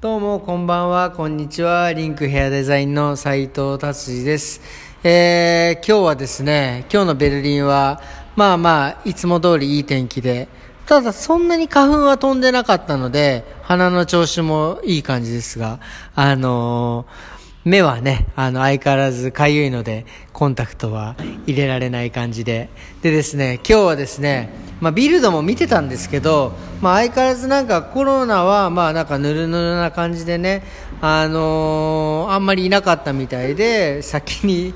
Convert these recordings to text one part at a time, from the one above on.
どうも、こんばんは、こんにちは。リンクヘアデザインの斉藤達治です。えー、今日はですね、今日のベルリンは、まあまあ、いつも通りいい天気で、ただそんなに花粉は飛んでなかったので、鼻の調子もいい感じですが、あのー、目はね、あの、相変わらずかゆいので、コンタクトは入れられない感じで。でですね、今日はですね、まあ、ビルドも見てたんですけど、まあ、相変わらずなんかコロナはまあなんかぬるぬるな感じでね、あのー、あんまりいなかったみたいで先に、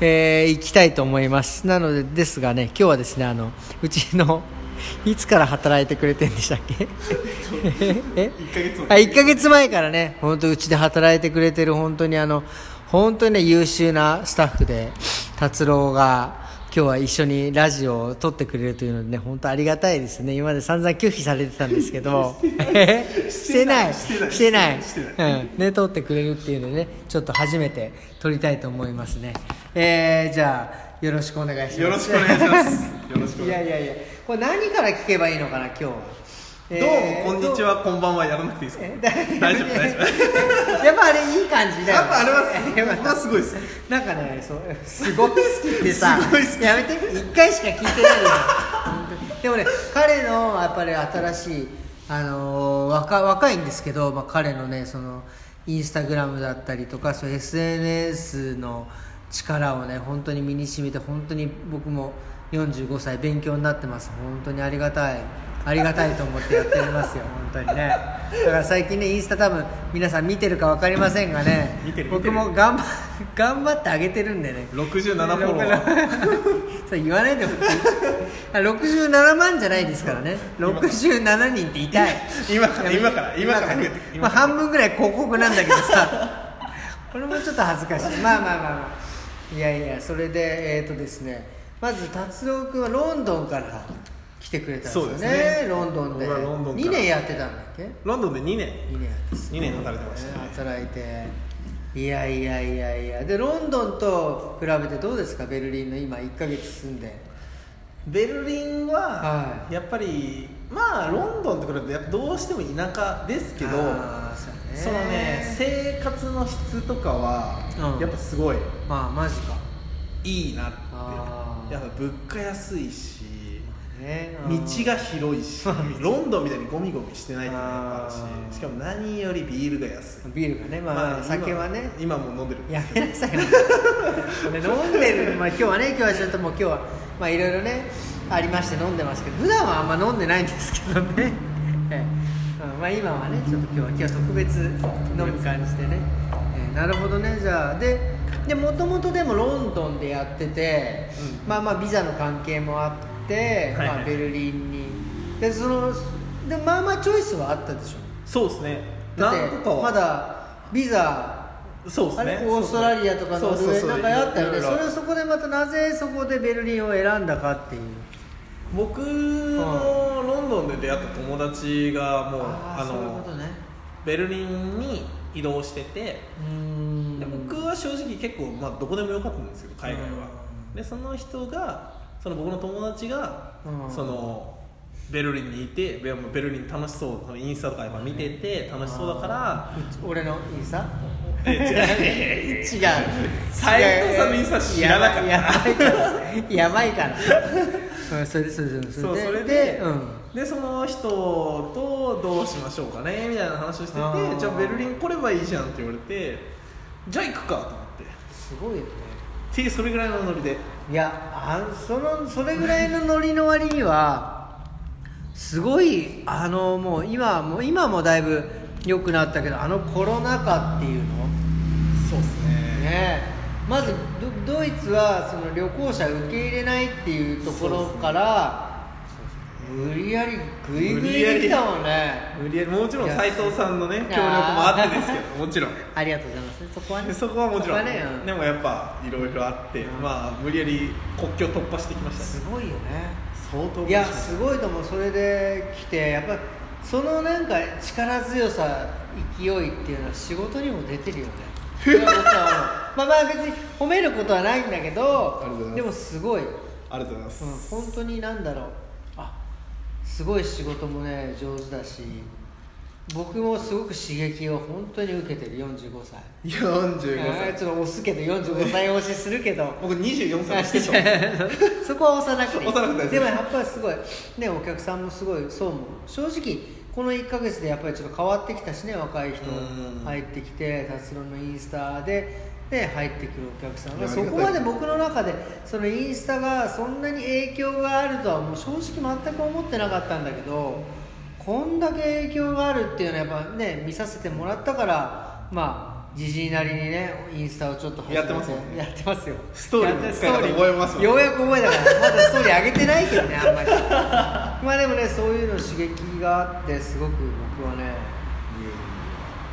えー、行きたいと思いますなのでですがね今日はですねあのうちのいつから働いてくれてんでしたっ けえあ1ヶ月前からね本当うちで働いてくれてる本当にあの本当にね優秀なスタッフで達郎が今日は一緒にラジオを撮ってくれるというのでね本当ありがたいですね今まで散々拒否されてたんですけど してないしてないうんね撮ってくれるっていうのでねちょっと初めて撮りたいと思いますねえー、じゃあよろしくお願いしますよろしくお願いします よろしくいやいやいやこれ何から聞けばいいのかな今日はどうも、えー、こんにちは、こんばんは、やらなくていいですか。大丈夫、大丈夫。やっぱあれいい感じだよ、ね。やっぱあれは、まあ、すごいです。 なんかね、そう、すごい好きってさ。 すごい好き。やめて、一回しか聞いてないよ。でもね、彼の、やっぱり新しい、あのー、若、若いんですけど、まあ、彼のね、その。インスタグラムだったりとか、そう、S. N. S. の。力をね、本当に身にしみて、本当に僕も。45歳勉強になってます本当にありがたいありがたいと思ってやっておりますよ本当にねだから最近ねインスタ多分皆さん見てるか分かりませんがね僕も頑張頑張ってあげてるんでね67フォロワー そ言わない でほしい67万じゃないですからね67人って痛い今から今から今からね、まあ、半分ぐらい広告なんだけどさこれもちょっと恥ずかしいまあまあまあ、まあ、いやいやそれでえっ、ー、とですねまず達郎君はロンドンから来てくれたんですよね、ね、ロンドンでロンドン2年やってたんだっけロンドンで2年2年やって2年働いてました、ね、働いていやいやいやいやでロンドンと比べてどうですかベルリンの今1か月住んでベルリンはやっぱり、はい、まあロンドンと比べてやっぱどうしても田舎ですけど、ね、そのね生活の質とかはやっぱすごい、うん、まあマジかいいなってやっぱ物価安いし、ね、道が広いし、ロンドンみたいにゴミゴミしてないとかししかも何よりビールが安いビールがねまあ、まあ、酒はね今も飲んでるやめなさい飲んでる、まあ、今日はね今日はちょっともう今日はまあいろいろねありまして飲んでますけど普段はあんま飲んでないんですけどねまあ今はねちょっと今日は今日は特別飲む感じでね、えー、なるほどねじゃあででもともとでもロンドンでやってて、うん、まあまあビザの関係もあって、はいはい、まあ、ベルリンにでそのでまあまあチョイスはあったでしょそうですねだってまだビザそうですねオーストラリアとかの上なんかあったよねそれをそこでまたなぜそこでベルリンを選んだかっていう僕のロンドンで出会った友達がもうあの、ね、ベルリンに移動しててで僕は正直結構、まあ、どこでもよかったんですけど海外は、うん、でその人がその僕の友達が、うん、そのベルリンにいてベルリン楽しそうインスタとか今見てて楽しそうだから、うん、俺のインスタ違う違う斎藤さんのインスタ知らなかったやばい からそれでそれでそれででその人とどうしましょうかねみたいな話をしててじゃあベルリン来ればいいじゃんって言われてじゃあ行くかと思ってすごいよねってそれぐらいのノリでいやあそのそれぐらいのノリの割にはすごいあのもう今もう今もだいぶ良くなったけどあのコロナ禍っていうのそうっすねねまずドイツはその旅行者受け入れないっていうところから、無理やりグイグイできたもんね無理やりもちろん斎藤さんのね協力もあってですけどもちろんありがとうございますそこはねそこはもちろん、ね、でもやっぱいろいろあって、うん、まあ無理やり国境突破してきました、ね、すごいよね相当いやすごいと思うそれで来てやっぱそのなんか力強さ勢いっていうのは仕事にも出てるよねまあまあ別に褒めることはないんだけどでもすごいありがとうございます、うん、本当になんだろうすごい仕事もね上手だし僕もすごく刺激を本当に受けてる45歳45あー歳ちょっと押すけど45歳推しするけど僕24歳あでしてしょてそこは押さなくていい押さなくて大丈夫でもやっぱりすごいねお客さんもすごいそう思う正直この1か月でやっぱりちょっと変わってきたしね若い人うん入ってきて達郎のインスタでで入ってくるお客さんいがやあそりがたいこまで僕の中でそのインスタがそんなに影響があるとはもう正直全く思ってなかったんだけどこんだけ影響があるっていうのはやっぱね見させてもらったからまあじじいなりにねインスタをちょっと始めやってますもんねやってますよストーリーの使い方やって覚えますもんねようやく覚えたからまだストーリー上げてないけどねあんまり まあでもねそういうの刺激があってすごく僕はね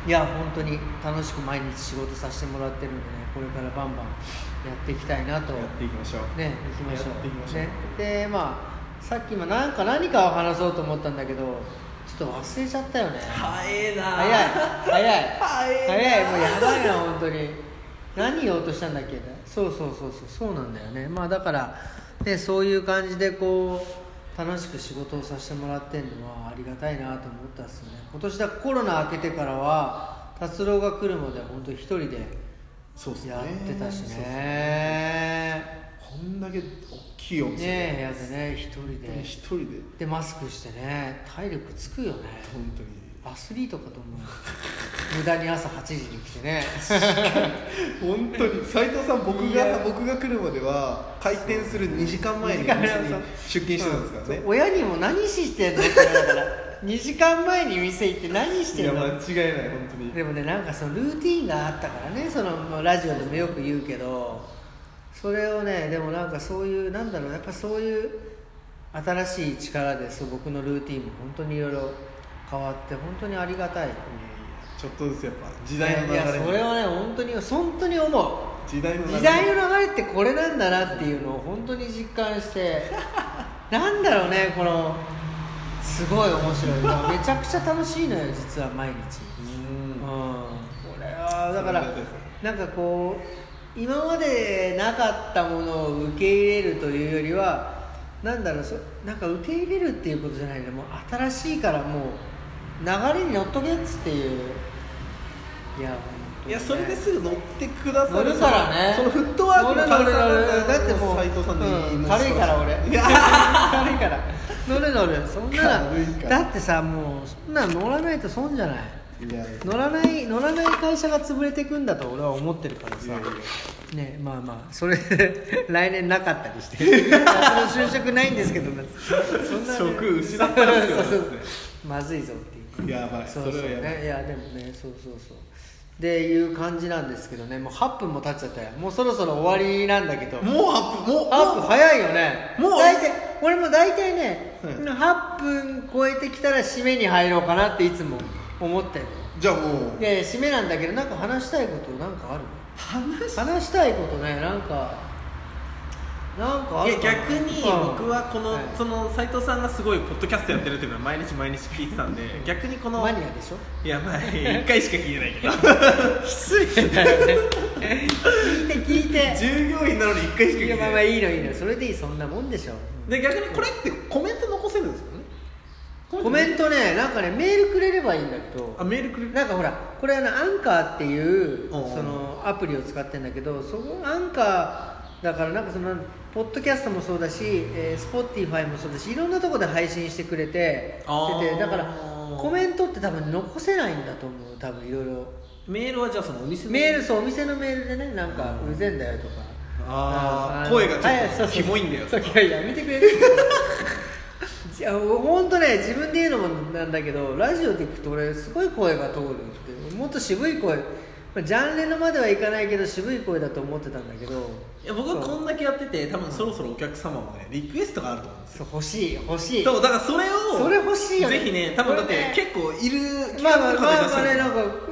いや本当に楽しく毎日仕事させてもらってるんでねこれからバンバンやっていきたいなとやっていきましょうね行きましょうやっていきましょうね、でまあさっき今なんか何かを話そうと思ったんだけどちょっと忘れちゃったよね早いな早い早い早いな早いもうやばいな本当に何言おうとしたんだっけそうそうそうそうそうなんだよねまあだからねそういう感じでこう楽しく仕事をさせてもらってるのはありがたいなと思ったんですよね今年だからコロナ明けてからは達郎が来るまでは本当一人でそうっすねやってたしそうっすねこんだけ大きいおね店え部屋でね一人で一人ででマスクしてね体力つくよね本当にアスリートかと思う無駄に朝8時に来てね本当に斉藤さん僕いやが僕が来るまでは開店する2時間前に二時間店前にそう出勤してたんですからね、親にも何してんのって言われたから2時間前に店行って何しいてやん間の違いない本当にでもねなんかそのルーティンがあったからねそのもうラジオでもよく言うけどそれをねでもなんかそういうなんだろうやっぱそういう新しい力でそう僕のルーティンも本当にいろいろ変わって本当にありがたいちょっとずつやっぱ時代の流いやれそれはね本当に本当に思う時代の流れ時代の流れってこれなんだなっていうのを本当に実感して なんだろうねこのすごい面白いまあめちゃくちゃ楽しいのよ実は毎日、うんうん、これはだからそうですなんかこう今までなかったものを受け入れるというよりはなんだろうそなんか受け入れるっていうことじゃないでもう新しいからもう流れに乗っとけっつっていういや本当いにねやそれですぐ乗ってくださ乗るるからねそのフットワークの乗る乗る乗る軽さだってもう斉藤さんのいいうん もう軽いから俺いや軽いから乗る乗るそんな軽いからだってさもうそんな乗らないと損じゃないいや乗らない乗らない会社が潰れていくんだと俺は思ってるからいさやいやねまあまあそれ で来年なかったりしてあその就職ないんですけどそんなね職失ったんですよそうそうまずいぞっていうやばいそそうそうれはやばいねいやでもねそうそうそうっていう感じなんですけどねもう8分も経っちゃったよもうそろそろ終わりなんだけどもうアップもう8分早いよねもう大体俺も大体ね、はい8分超えてきたら締めに入ろうかなっていつも思ってるじゃあもういやいや締めなんだけどなんか話したいことなんかある話話したいことねなんかなんかあるいやかな逆にうん僕はこの、はいその斉藤さんがすごいポッドキャストやってるっていうのは毎日毎日聞いてたんで逆にこのマニアでしょいやまあ1回しか聞いてないけど失礼だよね聞いて聞いて 従業員なのに1回しか聞いいてやまあまなあいいいのいいのそれでいいそんなもんでしょで逆にこれってコメント残せるんですよねコメントねなんかねメールくれればいいんだけどあメールくれるなんかほらこれあのアンカーっていううんうんそのアプリを使ってんだけどそこアンカーだからなんかそのポッドキャストもそうだし、えー、Spotify もそうだしいろんなとこで配信してくれてあー出てだからコメントって多分残せないんだと思う多分いろいろメールはじゃあそのお店のメールそうお店のメールでねなんかうぜんだよとかあーの声がちょっとはいそうそうキモいんだよそういやいやめてくれる いや本当ね自分で言うのもなんだけどラジオで聞くと俺すごい声が通るってもっと渋い声まあジャンレのまではいかないけど渋い声だと思ってたんだけどいや僕はこそうんだけやってて多分そろそろお客様もねリクエストがあると思うんですよそう欲しい欲しいそうだからそれをそれ欲しいよねぜひね多分だってこれね結構いるまあまあま企画あとまかあでね出してるなん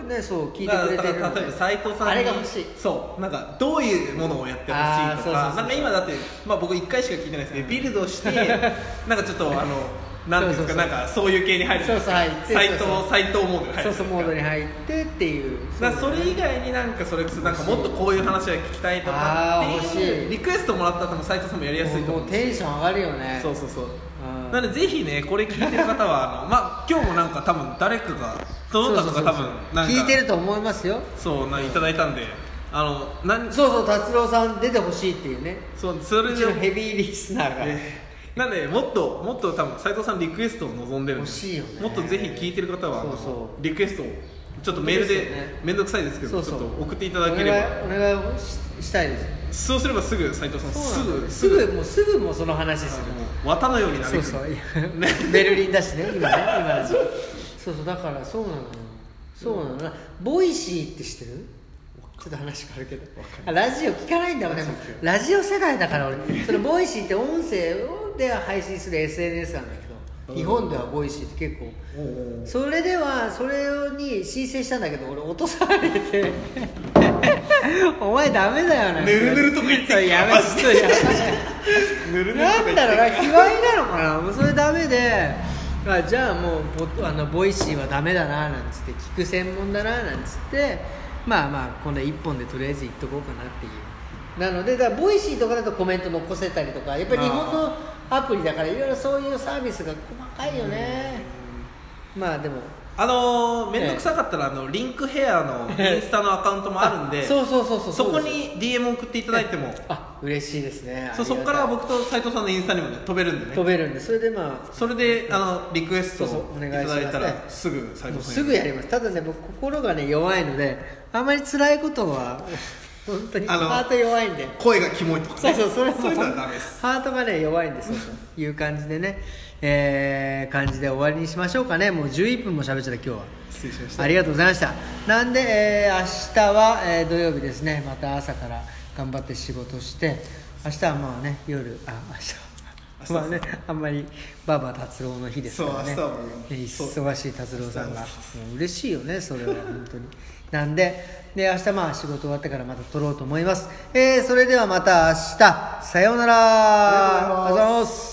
かねそう聞いてくれてるだのからで例えば斉藤さんにあれが欲しいそうなんかどういうものをやってほしいとあーかそうそうそうなんか今だって、まあ、僕1回しか聞いてないですけどビル ドしてなんかちょっとあのなんていうんでそうそうそうすかなんかそういう系に入るじゃないですかそうそう入ってそうそう斉藤斉藤モードに入るそうそうモードにる入ってっていうだからそれ以外になんかそれなんかもっとこういう話が聞きたいとかあーっていう欲しいリクエストもらったら多分斉藤さんもやりやすいともう思もううテンション上がるよねそうそうそうあうんなのでぜひねこれ聞いてる方はあの、まあ、今日もなんか多分誰かがどなたかが多分なんか聞いてると思いますよそうないただいたんであのなんそうそう達郎さん出てほしいっていうねそうそうれちでのヘビーリスナーが、えーなんでもっともっと多分斉藤さんリクエストを望んでるん欲でしいよねもっとぜひ聞いてる方はあそのうそリクエストをちょっとメール本当でですよね面倒、くさいですけどそうそうちょっと送っていただければお願いお願いししたいですそうすればすぐ斉藤さんそすうなんだよぐすぐもうすぐもうその話すあるの綿のようになそれうるそう、ねベルリンだしね今ね今だしそうそうだからそうなのよそうなのなボイシーって知ってるちょっと話変わるけどあラジオ聞かないんだもんねラジオ世代だから俺そのボイシーって音声で配信する SNS なんだけど日本ではボイシーって結構おうおうそれではそれに申請したんだけど俺落とされ てお前ダメだよなぬるぬるとか言ってそうやめマそうやぬめるぬるとか言っなてんだろうな卑猥なのかなもうそれダメであじゃあもうポあのボイシーはダメだななんつって聞く専門だななんつってまあまあ今度は一本でとりあえず言っとこうかなっていうなのでだからボイシーとかだとコメント残せたりとかやっぱり日本のアプリだからいろいろそういうサービスが細かいよねまあでもあのー面倒くさかったらあのリンクヘアのインスタのアカウントもあるんでそうそうそうそうそこうですに DM 送っていただいてもあ嬉しいですねそうそこから僕と斉藤さんのインスタにも、ね、飛べるんでね飛べるんでそれでまあそれであのリクエスそトうそをうおい願いたしますだいたらすぐ斉もう藤さんすぐやりますただね僕心がね弱いのであまり辛いことは本当にあのハート弱いんで声がキモいとかそうねそうそれそういうのはダメですハートがね弱いんですよという感じでねえー、感じで終わりにしましょうかねもう11分も喋っちゃった今日は失礼しましたありがとうございましたなんで、えー明日は、えー土曜日ですねまた朝から頑張って仕事して明日はまあね夜あ明日は明日まあね、あんまりバーバー達郎の日ですからねそう明日はもうね忙しい達郎さんがそうもう嬉しいよねそれは本当になんでで明日まあ仕事終わってからまた撮ろうと思います、えーそれではまた明日さようならありがとうございますす